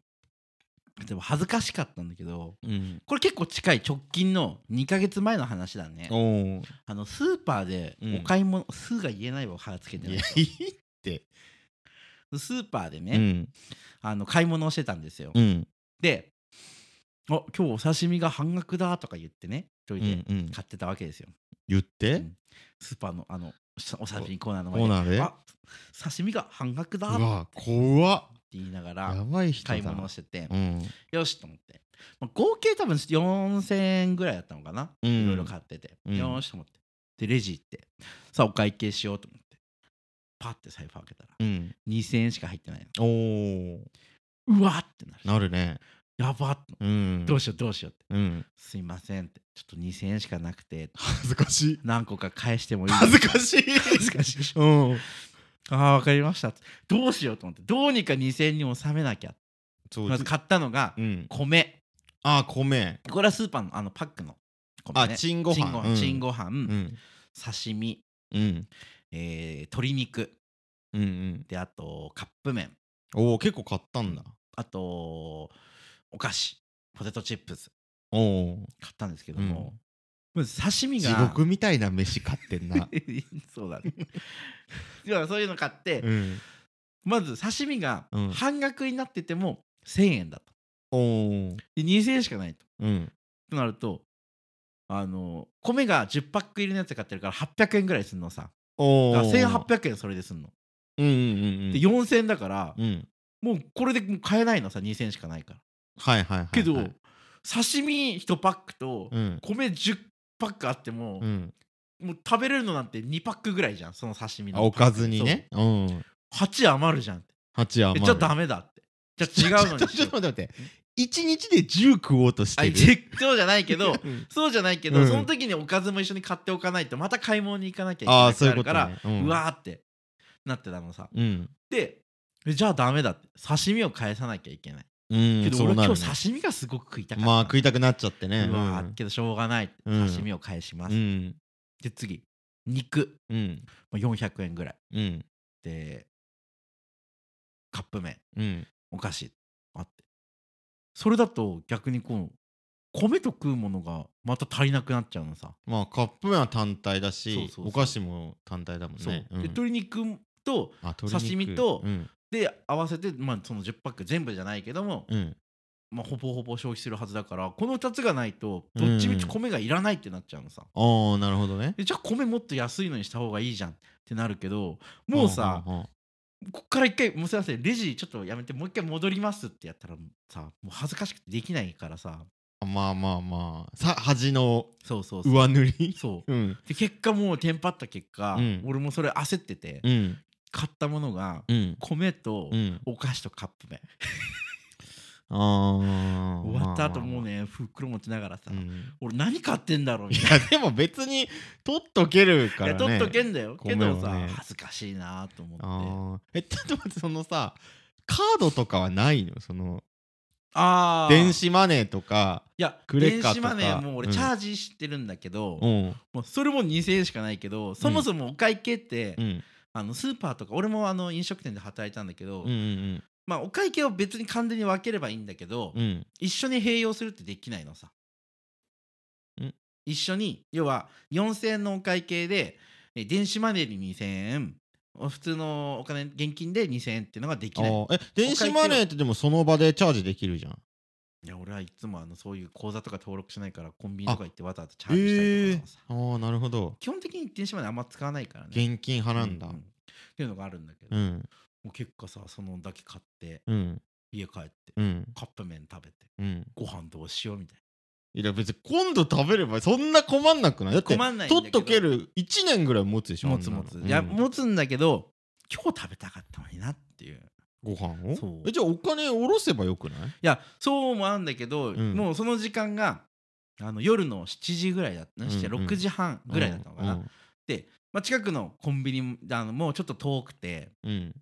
B: でも恥ずかしかったんだけど
A: うん
B: これ結構近い直近の2ヶ月前の話だね
A: おお
B: あのスーパーで
A: うん
B: お買い物、スーが言えないわ腹つけて
A: い
B: ない
A: やいいって
B: スーパーでね、
A: うん
B: あの買い物をしてたんですよ、
A: うん
B: で「あ今日お刺身が半額だ」とか言ってね一
A: うんう
B: 人で
A: ん
B: 買ってたわけですよ、
A: 言っ
B: う
A: て
B: んスーパーのあのさお刺身コーナーの
A: コー
B: 前で
A: ナーでう
B: あ刺身が半額だ」って
A: わ怖っ
B: 言いなが
A: や
B: ら
A: ばい人だ
B: 買い物をしてて、
A: うん
B: よしと思って、まあ、合計多分4000円ぐらいだったのかな、
A: うん
B: いろいろ買ってて、
A: うん
B: よしと思ってでレジ行ってさあお会計しようと思ってパッて財布開けたら
A: うん
B: 2000円しか入ってないの
A: おお
B: うわーってなる
A: なるね
B: やばっ
A: うん
B: どうしようどうしようって
A: うん
B: すいませんってちょっと2000円しかなくて
A: 恥ずかしい
B: 何個か返してもいい
A: 恥ずかしい
B: 恥ずかしいでしょ
A: うん
B: ああ分かりましたどうしようと思ってどうにか2000円に収めなきゃ
A: そう
B: まず買ったのが
A: うん
B: 米
A: ああ米
B: これはスーパーのあのパックの米、
A: あ
B: ね、
A: チンご
B: チンご
A: 飯
B: 飯チン
A: ご
B: ご飯、
A: うん
B: 刺身、
A: うん
B: えー鶏肉
A: うんうん
B: であとカップ麺
A: おお結構買ったんだ
B: あとお菓子ポテトチップス
A: おお
B: 買ったんですけども、まず刺身が
A: 地獄みたいな飯買ってんな
B: そうだね 要はそういうの買って、
A: うん
B: まず刺身が
A: うん
B: 半額になってても1000円だと
A: おお
B: で2000円しかないと
A: うん
B: となるとあの米が10パック入りのやつ買ってるから800円ぐらいすんのさ
A: お
B: だから
A: お
B: 1800円それですんの
A: うんうんうんうん
B: で4000円だから
A: うん
B: もうこれでもう買えないのさ2000円しかないから
A: はいはいはいはい
B: けど刺身1パックと
A: うん
B: 米10パックあっても
A: うん
B: もう食べれるのなんて2パックぐらいじゃんその刺身
A: あ
B: の
A: おかずにねうん
B: そう8余るじゃんって
A: 八
B: え
A: 余る
B: じゃあダメだってじゃあ違うのに し
A: ちょ
B: よ
A: っ
B: う
A: と待って待って一日で10食おうとして
B: あ
A: る
B: 絶叫じゃないけど
A: うん
B: そうじゃないけど、
A: うん
B: その時におかずも一緒に買っておかないとまた買い物に行かなきゃいけ
A: あ
B: な
A: あ
B: く
A: そうい
B: な
A: うこ
B: る
A: と
B: から
A: ね
B: う,、
A: ん
B: わーってなってたのさ
A: うん
B: でえじゃあダメだって刺身を返さなきゃいけない、
A: うん
B: けど
A: そ
B: 俺
A: うなる
B: 今日
A: ね
B: 刺身がすごく食いたかった
A: まあ食いたくなっちゃってね
B: うわーけどしょうがないって、
A: うん
B: 刺身を返しま
A: う
B: す、
A: ん
B: で次肉
A: うん
B: まあ400円ぐらい
A: うん
B: でカップ麺
A: うん
B: お菓子あってそれだと逆にこう米と食うものがまた足りなくなっちゃうのさ、
A: まあカップ麺は単体だ
B: そう
A: し
B: そうそう
A: お菓子も単体だもん
B: そう
A: ね
B: で
A: うん
B: 鶏肉と
A: あ鶏肉
B: 刺身と
A: うん
B: で合わせて、まあ、その10パック全部じゃないけども、
A: うん
B: まあ、ほぼほぼ消費するはずだからこの2つがないとどっちみち米がいらないってなっちゃうのさ、
A: ああなるほどね
B: でじゃあ米もっと安いのにした方がいいじゃんってなるけどもうさ
A: んうんうん
B: こっから一回もうすいませんレジちょっとやめてもう一回戻りますってやったらさもう恥ずかしくてできないからさ
A: あまあまあまあさ端の
B: そうそうそう
A: 上塗り
B: そう
A: うん
B: で結果もうテンパった結果、
A: うん
B: 俺もそれ焦ってて、
A: うん
B: 買ったものが
A: うん
B: 米と
A: うん
B: お菓子とカップ麺、
A: あー
B: 終わった後
A: まあまあまあ
B: もうね袋持ちながら
A: う
B: さ、
A: ん
B: 俺何買ってんだろうみ
A: い
B: たいな
A: やでも別に取っとけるからね。
B: いや取っとけんだよけどさ、
A: 米をね
B: 恥ずかしいなと思ってあ
A: あーえちょっと待ってそのさカードとかはないのその
B: あー
A: 電子マネーとか。
B: いや
A: クレカと
B: 電子
A: か
B: マネーも俺
A: うん
B: チャージしてるんだけど、
A: うん
B: もうそれも2000円しかないけどそもそもお会計って、
A: うん
B: あのスーパーとか俺もあの飲食店で働いたんだけど、
A: うんうん
B: まあお会計を別に完全に分ければいいんだけど、
A: うん
B: 一緒に併用するってできないのさ
A: ん
B: 一緒に要は4000円のお会計でえ電子マネーに2000円お普通のお金現金で2000円っていうのがで
A: あ
B: きない
A: ーえ電子マネーってでもその場でチャージできるじゃん。
B: いや俺はいつもあのそういう口座とか登録しないからコンビニ
A: あ
B: とか行ってわざわざチャ
A: え
B: ージしたりと
A: ー
B: かさ、、
A: あーなるほど
B: 基本的に電子マネーあんま使わないからね
A: 現金派なんだ
B: う。っていうのがあるんだけど、
A: う
B: も
A: ん
B: う結果さそのだけ買って
A: うん
B: 家帰って
A: うん
B: カップ麺食べて
A: うん。
B: ご飯どうしようみたい
A: いや別に今度食べればそんな困んなくないだって
B: 困んないんだけど
A: 取っとける1年ぐらい持つでしょ
B: な持つ
A: あんな
B: 持
A: の
B: つ、
A: うん
B: いや持つんだけど今日食べたかったのになっていう
A: ご飯
B: そう
A: をえじゃあお金下ろせばよくない
B: いやそうもあるんだけど、
A: ん
B: もうその時間があの夜の7時ぐらいだった、
A: うんうん
B: 七時6時半ぐらいだったのかな、
A: うん
B: で、まあ、近くのコンビニあのもうちょっと遠くて
A: うん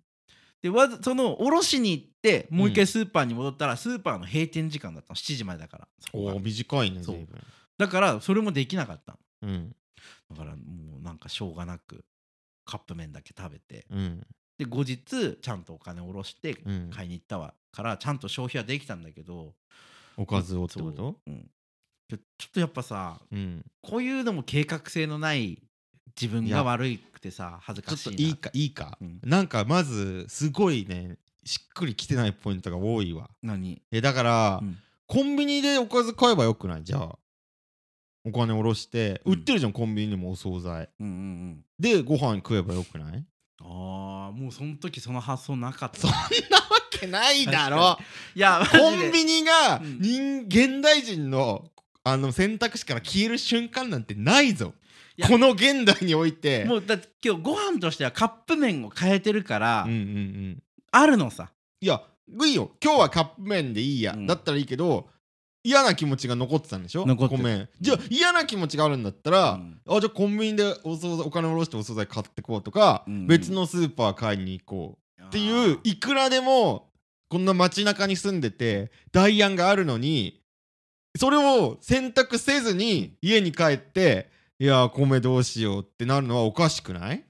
B: でわざその卸しに行ってもう一
A: う
B: 回スーパーに戻ったら、スーパーの閉店時間だったの7時までだからそこ
A: お
B: が
A: ー短いね
B: そう
A: 随分
B: だからそれもできなかった
A: うん
B: だからもうなんかしょうがなくカップ麺だけ食べて
A: うん
B: で後日ちゃんとお金下ろして
A: うん
B: 買いに行ったわからちゃんと消費はできたんだけど
A: おかずをってこと
B: そううんちょちょっとやっぱさ
A: うん
B: こういうのも計画性のない自分
A: い
B: が
A: や
B: 悪くてさ恥
A: ち
B: ず
A: ょ
B: か
A: っ
B: しい
A: と
B: ない
A: いかいいか
B: うん
A: なんかまずすごいねしっくりきてないポイントが多いわ
B: 何
A: えだから
B: うん
A: コンビニでおかず買えばよくないじゃあお金下ろして
B: うん
A: 売ってるじゃんコンビニにもお惣菜
B: うんうん
A: でご飯食えばよくない
B: うんああもうその時その発想なかった
A: そんなわけないだろ
B: いやマジで
A: コンビニが
B: うん
A: 人現代人のあの選択肢から消える瞬間なんてないぞ
B: いや
A: この現代において
B: もうだって今日ご飯としてはカップ麺を変えてるから、
A: うんうんうん
B: あるのさ
A: いやグいよ今日はカップ麺でいいや、
B: うん
A: だったらいいけど嫌な気持ちが残ってたんでしょ
B: 残ってた
A: ごめんじゃあ嫌な気持ちがあるんだったら、
B: うん
A: あじゃあコンビニでお惣菜お金下ろしてお惣菜買ってこうとか、
B: うん
A: 別のスーパー買いに行こうっていういくらでもこんな街中に住んでて代案があるのにそれを選択せずに家に帰っていやー米どうしようってなるのはおかしくない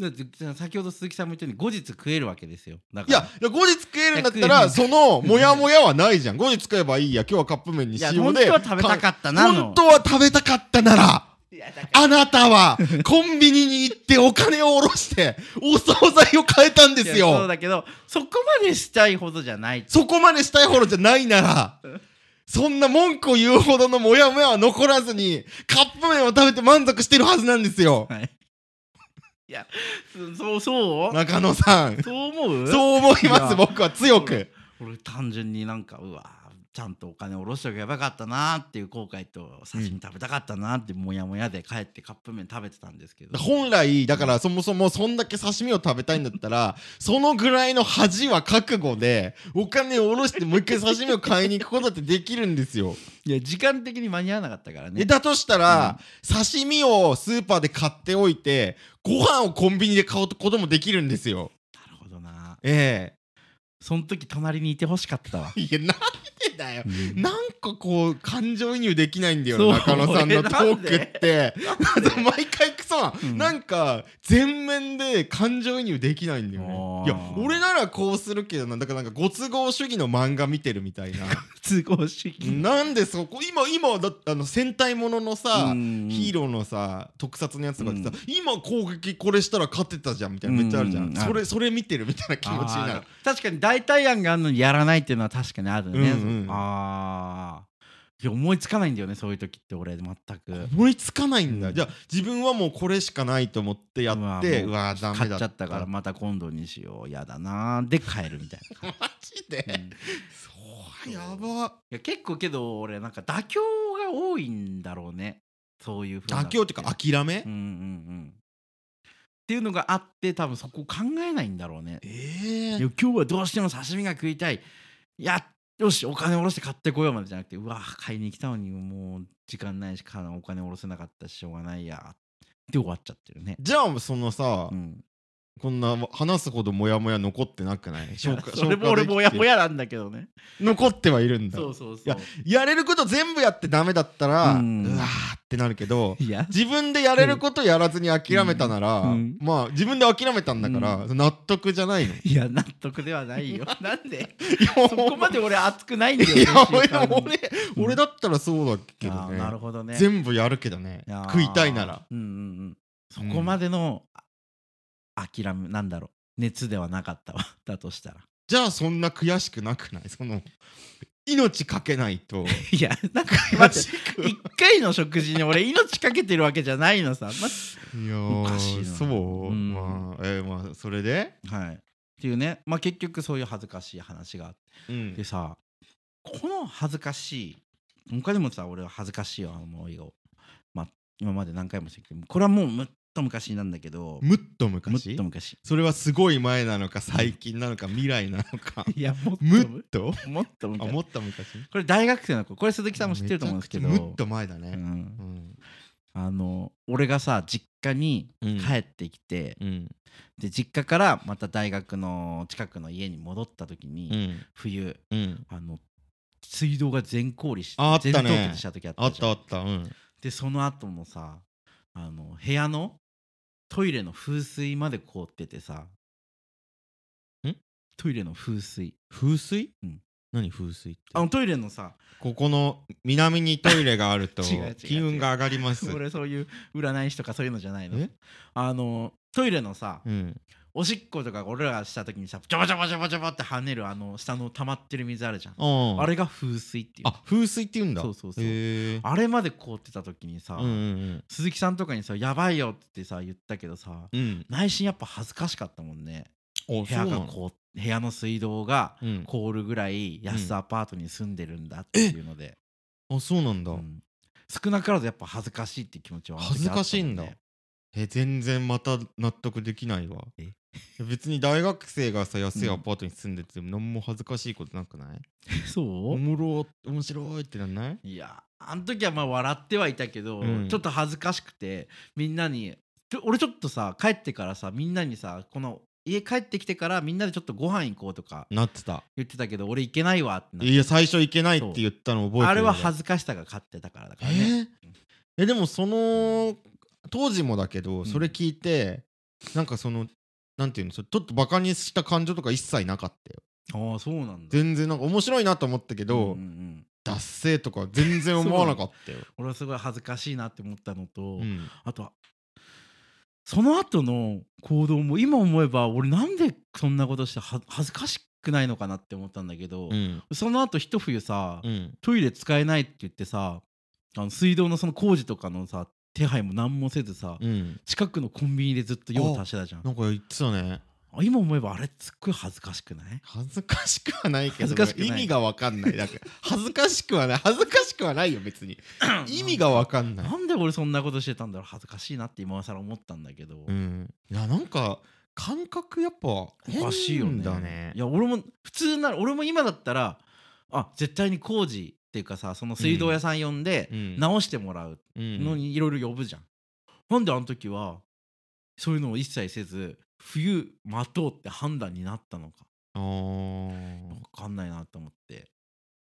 B: だって先ほど鈴木さんも言ったように後日食えるわけですよだ
A: い
B: から
A: やいや後日食えるんだった
B: いや
A: ら
B: 食
A: そのモヤモヤはないじゃん後日食えばいいや今日はカップ麺にし
B: いや
A: よう
B: 本
A: で
B: 当は食べたかったなの
A: 本当は食べたかったなら
B: いやだから
A: あなたはコンビニに行ってお金を下ろしてお惣菜を買えたんです
B: いやそう
A: よ
B: だけどそこまでしたいほどじゃない
A: そこまでしたいほどじゃないならそんな文句を言うほどのモヤモヤは残らずにカップ麺を食べて満足してるはずなんですよ
B: はい いやそそうそう
A: 中野さん
B: そう思う
A: そう思いま
B: い
A: す
B: や
A: 僕は強く
B: 俺単純になんかうわちゃんとお金下ろしておけばよかったなっていう後悔と刺身食べたかったなってモヤモヤで帰ってカップ麺食べてたんですけど、
A: 本来だからそもそもそんだけ刺身を食べたいんだったらそのぐらいの恥は覚悟でお金を下ろしてもう一回刺身を買いに行くことだってできるんですよ
B: いや時間的に間に合わなかったから
A: え
B: ね
A: だとしたら、刺身をスーパーで買っておいてご飯をコンビニで買うこともできるんですよ
B: なるほどな
A: え
B: その時隣にいてほしかったわ
A: えいやなんでだよ
B: うん
A: なんかこう感情移入できないんだよ
B: そう
A: な中野さんの
B: え
A: ト
B: なん
A: ー
B: で
A: クって なんか毎回クソな、
B: うん
A: ん、なんか全面で感情移入できないんだよねいや
B: あー
A: 俺ならこうするけどなだからなんかご都合主義の漫画見てるみたいな
B: 通行主義
A: なんでそこ今今だあの戦隊もののさ、ヒー
B: ロ
A: ローのさ特撮のやつとかってさ、今攻撃これしたら勝ってたじゃんみたいな
B: うん
A: めっちゃあるじゃん、
B: うん
A: それそれ見てるみたいな気持ちになる
B: 確かに代替案があるのにやらないっていうのは確かにあるね、
A: うんうん
B: ああいや思いつかないんだよねそういう時って俺全く
A: 思いつかないんだ、
B: うん
A: じゃあ自分はもうこれしかないと思ってやってう
B: う
A: わーダメ
B: 買
A: だ
B: っちゃった からまた今度にしようやだなーで帰るみたい
A: マジで、
B: な、うんい
A: そうやば
B: や結構けど俺なんか妥協が多いんだろうねそういうふうな
A: 妥協っていうか諦め、
B: うんうんうんっていうのがあって多分そこ考えないんだろうね
A: え
B: い
A: え
B: や今日はどうしても刺身が食いたいいやよしお金下ろして買ってこようまでじゃなくてうわ買いに来たのにもう時間ないしかお金下ろせなかったししょうがないやって終わっちゃってるね、
A: じゃあそのさ、
B: うん、
A: こんな話すほどモヤモヤ残ってなくない消化
B: そ
A: 消
B: れも
A: 化で
B: 俺
A: きて
B: もやもやなんだけどね
A: 残ってはいるんだ
B: そうそうそう
A: ややれること全部やってダメだったら、
B: う
A: うんわーってなるけど
B: いや
A: 自分でやれることやらずに諦めたなら、
B: うんうん
A: まあ自分で諦めたんだから、納得じゃないの
B: いや納得ではないよな んで
A: いや
B: そこまで俺熱くないんだよ
A: いや俺
B: あの
A: 俺俺だったらそうだけど
B: あー
A: ね
B: なるほどね
A: 全部やるけどね
B: あー
A: 食いたいなら
B: うんうんうんそこまでの、あ諦めなんだろう熱ではなかったわだとしたら
A: じゃあそんな悔しくなくないその命かけない と
B: いやなんか
A: 悔
B: 待っ
A: してく
B: 一回の食事に俺命かけてるわけじゃないのさ、ま
A: いや
B: おかしい
A: ー
B: な
A: そう、
B: うん
A: まあえーまあそれで、
B: はいっていうねまあ結局そういう恥ずかしい話があっ
A: うん
B: てでさこの恥ずかしい他にもさ俺は恥ずかしい思いをまあ今まで何回もしてきてこれはもうむっと昔なんだけど
A: むっと
B: む
A: 昔
B: っと昔
A: それはすごい前なのか最近なのか未来なの か
B: いやもっと
A: むっと
B: もっ
A: あ
B: と昔
A: もっと昔
B: これ大学生の子これ鈴木さんも知ってると思うんですけど
A: めちゃくちゃむっと前だ
B: う
A: ね、
B: ん
A: う、ん
B: あの俺がさ実家に帰ってきて、
A: うん
B: で実家からまた大学の近くの家に戻った時に、
A: うん
B: 冬
A: うん
B: あの水道が全凍りして
A: ああったね
B: 全凍結した時あった
A: あっ
B: じゃ
A: たあ
B: ん
A: ったうん
B: でその後もさあの部屋のトイレの風水まで凍っててさ
A: ん
B: トイレの風水
A: 風水、
B: うん
A: 何風水って
B: あのトイレのさ
A: ここの南にトイレがあると
B: 違う違う違う
A: 金運が上がります
B: 俺そういう占い師とかそういうのじゃないの
A: え
B: あのトイレのさ
A: うん
B: おしっことか俺らがした時にさジャバジャバジャバジャバって跳ねるあの下の溜まってる水あるじゃん
A: あ
B: あれが風水っていう
A: あ風水って言うんだ
B: そうそうそう
A: へえ
B: あれまで凍ってた時にさ、
A: うんうん
B: 鈴木さんとかにさ「やばいよ」ってさ言ったけどさ
A: うん
B: 内心やっぱ恥ずかしかったもんね
A: うんあ
B: 部屋
A: そうなの
B: がこう部屋の水道が
A: うん
B: 凍るぐらい安アパートに住んでるんだっていうので、
A: あそうなんだ、
B: うん少なからずやっぱ恥ずかしいって気持ちはあの時
A: 恥ずかしいんだ
B: あったもね
A: え全然また納得できないわ
B: え
A: 別に大学生がさ安いアパートに住んでて何も恥ずかしいことなくない、
B: そ
A: おもろ面白いってなんない
B: いやあの時はまあ笑ってはいたけど、
A: うん
B: ちょっと恥ずかしくてみんなにちょ俺ちょっとさ帰ってからさみんなにさこの家帰ってきてからみんなでちょっとご飯行こうとか
A: なってた
B: 言ってたけど俺行けないわってなって
A: いや最初行けないって言ったの覚えてる
B: あれは
A: ず
B: 恥ずかしさが勝ってたからだからね、
A: ええでもその当時もだけど
B: ん
A: それ聞いて、なんかそのなんていうのそれちょっとバカにした感情とか一切なかったよ
B: ああそうなんだ
A: 全然なんか面白いなと思ったけど、
B: うんうんうん
A: 脱性とか全然思わなかったよ、
B: 俺はすごい恥ずかしいなって思ったのと、
A: うん
B: あとはその後の行動も今思えば俺なんでそんなことしては恥ずかしくないのかなって思ったんだけ
A: う
B: ど、
A: ん
B: その後一冬さ、
A: うん
B: トイレ使えないって言ってさあの水道のその工事とかのさ手配も何もせずさ、
A: うん
B: 近くのコンビニでずっと用足してたじゃん
A: なんか言ってたね
B: あ今思えばあれすっごい恥ずかしくない
A: 恥ずかしくはないけ
B: 恥ず
A: ど
B: かしくない
A: 意味がわかんないだから恥ずかしくはない恥ずかしくはないよ別に 意味がわかんない
B: なんで俺そんなことしてたんだろう恥ずかしいなって今更思ったんだけど、
A: うんいやなんか感覚やっぱ
B: おかしいよね
A: 変だね
B: いや俺も普通なら俺も今だったらあ絶対に工事っていうかさその水道屋さん呼んで
A: うん
B: 直してもらう
A: うん
B: のにいろいろ呼ぶじゃん、なんであの時はそういうのを一切せず冬待とうって判断になったのか
A: あー
B: 分かんないなと思って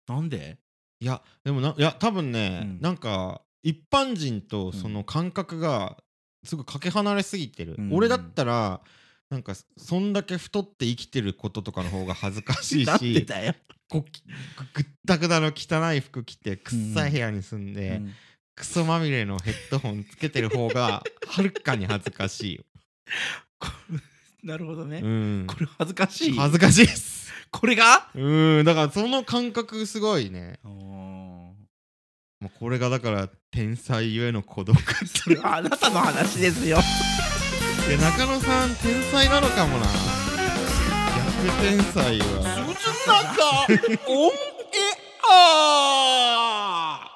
B: なんで
A: いやでもないや多分ね、
B: うん
A: なんか一般人とその感覚がすごいかけ離れすぎてる、
B: うん
A: 俺だったらなんかそんだけ太って生きてることとかの方が恥ずか しい
B: なんで
A: し
B: だよ、
A: こうきぐったくだの汚い服着て臭い部屋に住んで、
B: うん
A: クソまみれのヘッドホンつけてる方 がはるかに恥ずかしいよ、
B: こなるほどね、
A: うん、
B: これ恥ずかしい
A: 恥ずかしいっす
B: これが
A: うんだからその感覚すごいね
B: お
A: もうこれがだから天才ゆえの孤独
B: それはあなたの話ですよ
A: で中野さん天才なのかもな逆天才は
B: オンエア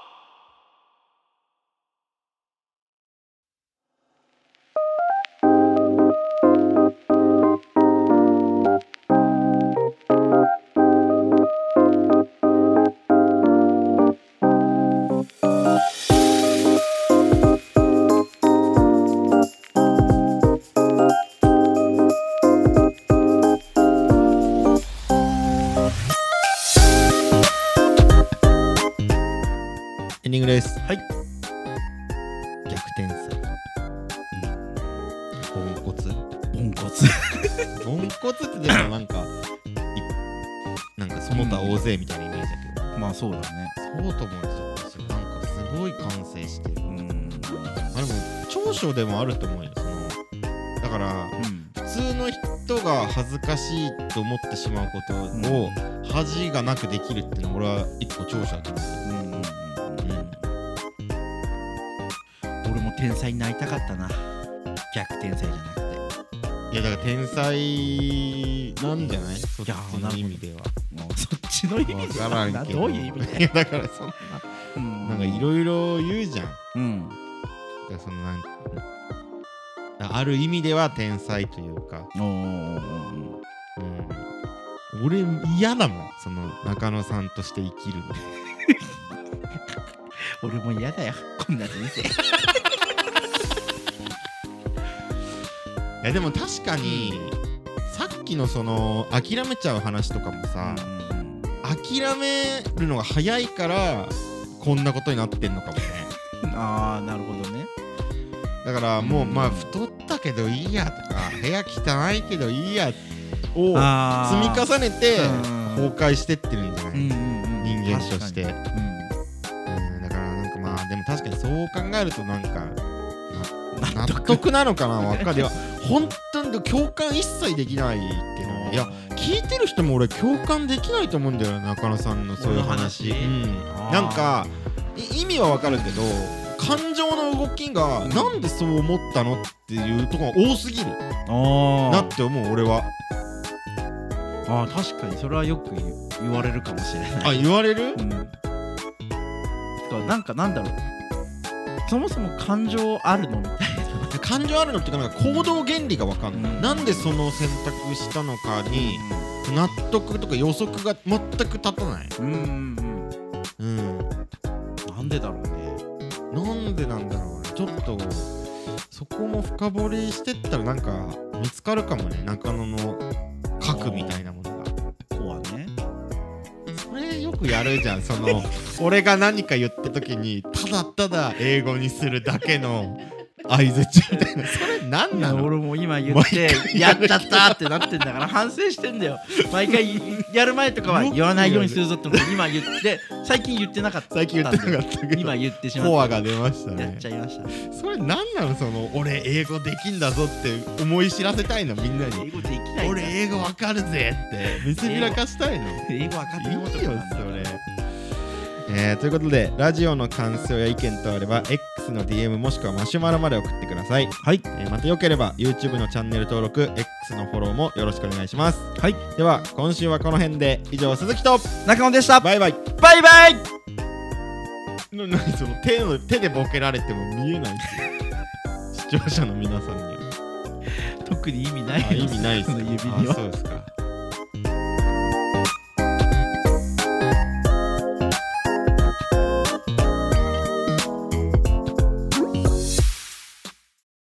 A: エンディングです
B: はい
A: 逆天才うんポンコツ
B: ポンコツ
A: ポンコツってでもなんかいなんかその他大勢みたいなイメージだけど、
B: まあそうだね
A: そうと思うんですよなんかすごい完成してる
B: うん
A: あでも長所でもあると思うよそのだから普通の人が恥ずかしいと思ってしまうことを恥がなくできるっていうのは俺は一個長所だと思
B: うんうん
A: うよ、
B: 俺も天才になりたかったな逆天才じゃなくて
A: いやだから天才なんじゃないそっちの意味では
B: もうそっちの意味
A: 分からんけど
B: どういう意味
A: い
B: で
A: やだからそんななんかいろいろ言うじゃんだ
B: うん
A: からそのなんだからある意味では天才というか、
B: おー
A: うん、俺嫌だもんその中野さんとして生き るの
B: 俺も嫌だよこんな人生
A: いやでも確かに、さっきのその諦めちゃう話とかもさ、諦めるのが早いからこんなことになってんのかもね
B: ああなるほどね
A: だからもう、
B: うん
A: まあ太ったけどいいやとか部屋汚いけどいいやを積み
B: あ
A: 重ねて
B: うん
A: 崩壊してってるんじゃない、
B: うん
A: うん
B: うんうん
A: 人間として
B: 確か
A: だからなんかまあでも確かにそう考えるとなんか
B: にうん
A: 納得なのかな分かるいや本当に共感一切できないっていうのはねいや聞いてる人も俺共感できないと思うんだよ中野さんのそういう話
B: 俺の話
A: うん
B: あー
A: なんかい意味はわかるけど感情の動きがなんでそう思ったのっていうところが多すぎる
B: あ
A: な
B: あ
A: って思う俺は
B: あー確かにそれはよく言う言われるかもしれない
A: あ言われる
B: うんてかなんかなんだろうそもそも感情あるのみたいななんか
A: 感情あるのっていうかなんか行動原理が分かんない、
B: うん
A: なんでその選択したのかに
B: う
A: 納得とか予測が全く立たない、
B: んうんうん
A: うん、
B: なんでだろうね
A: なんでなんだろうねちょっとそこも深掘りしてったらなんか見つかるかもね中野の核みたいなものが
B: コアね
A: それよくやるじゃんそ の俺が何か言った時にただただ英語にするだけの相づちみたいなそれ何
B: い
A: な
B: や
A: の
B: 俺も今言
A: 毎
B: ってやっちゃったってなってんだから反省してんだよ毎回やる前とかは
A: よく
B: 言わないようにするぞって思って今言って最近言ってなかったんだ
A: 最近
B: よ
A: 言ってなかったけど
B: 今言ってしま
A: コ
B: っ
A: アが出ました
B: たやっ
A: ね
B: ちゃいました
A: それ何なのその俺英語できんだぞって思い知らせたいのみんな
B: 英
A: に
B: 語できない
A: 俺英語わかるぜって見せびらかしたいの
B: 英語わかって
A: いいよ
B: と
A: それ、えーということでラジオの感想や意見等あれば X の DM もしくはマシュマロまで送ってください、
B: はい
A: えーまたよければ YouTube のチャンネル登録 X のフォローもよろしくお願いします
B: はい
A: では今週はこの辺で以上鈴木と
B: 中野でした
A: バ
B: バ
A: イバイ
B: イバイ
A: な何その手の手でボケられても見えないし 視聴者の皆さんには
B: 特に意味な い
A: あ意味ないです
B: そ
A: か
B: の指には
A: あそうですか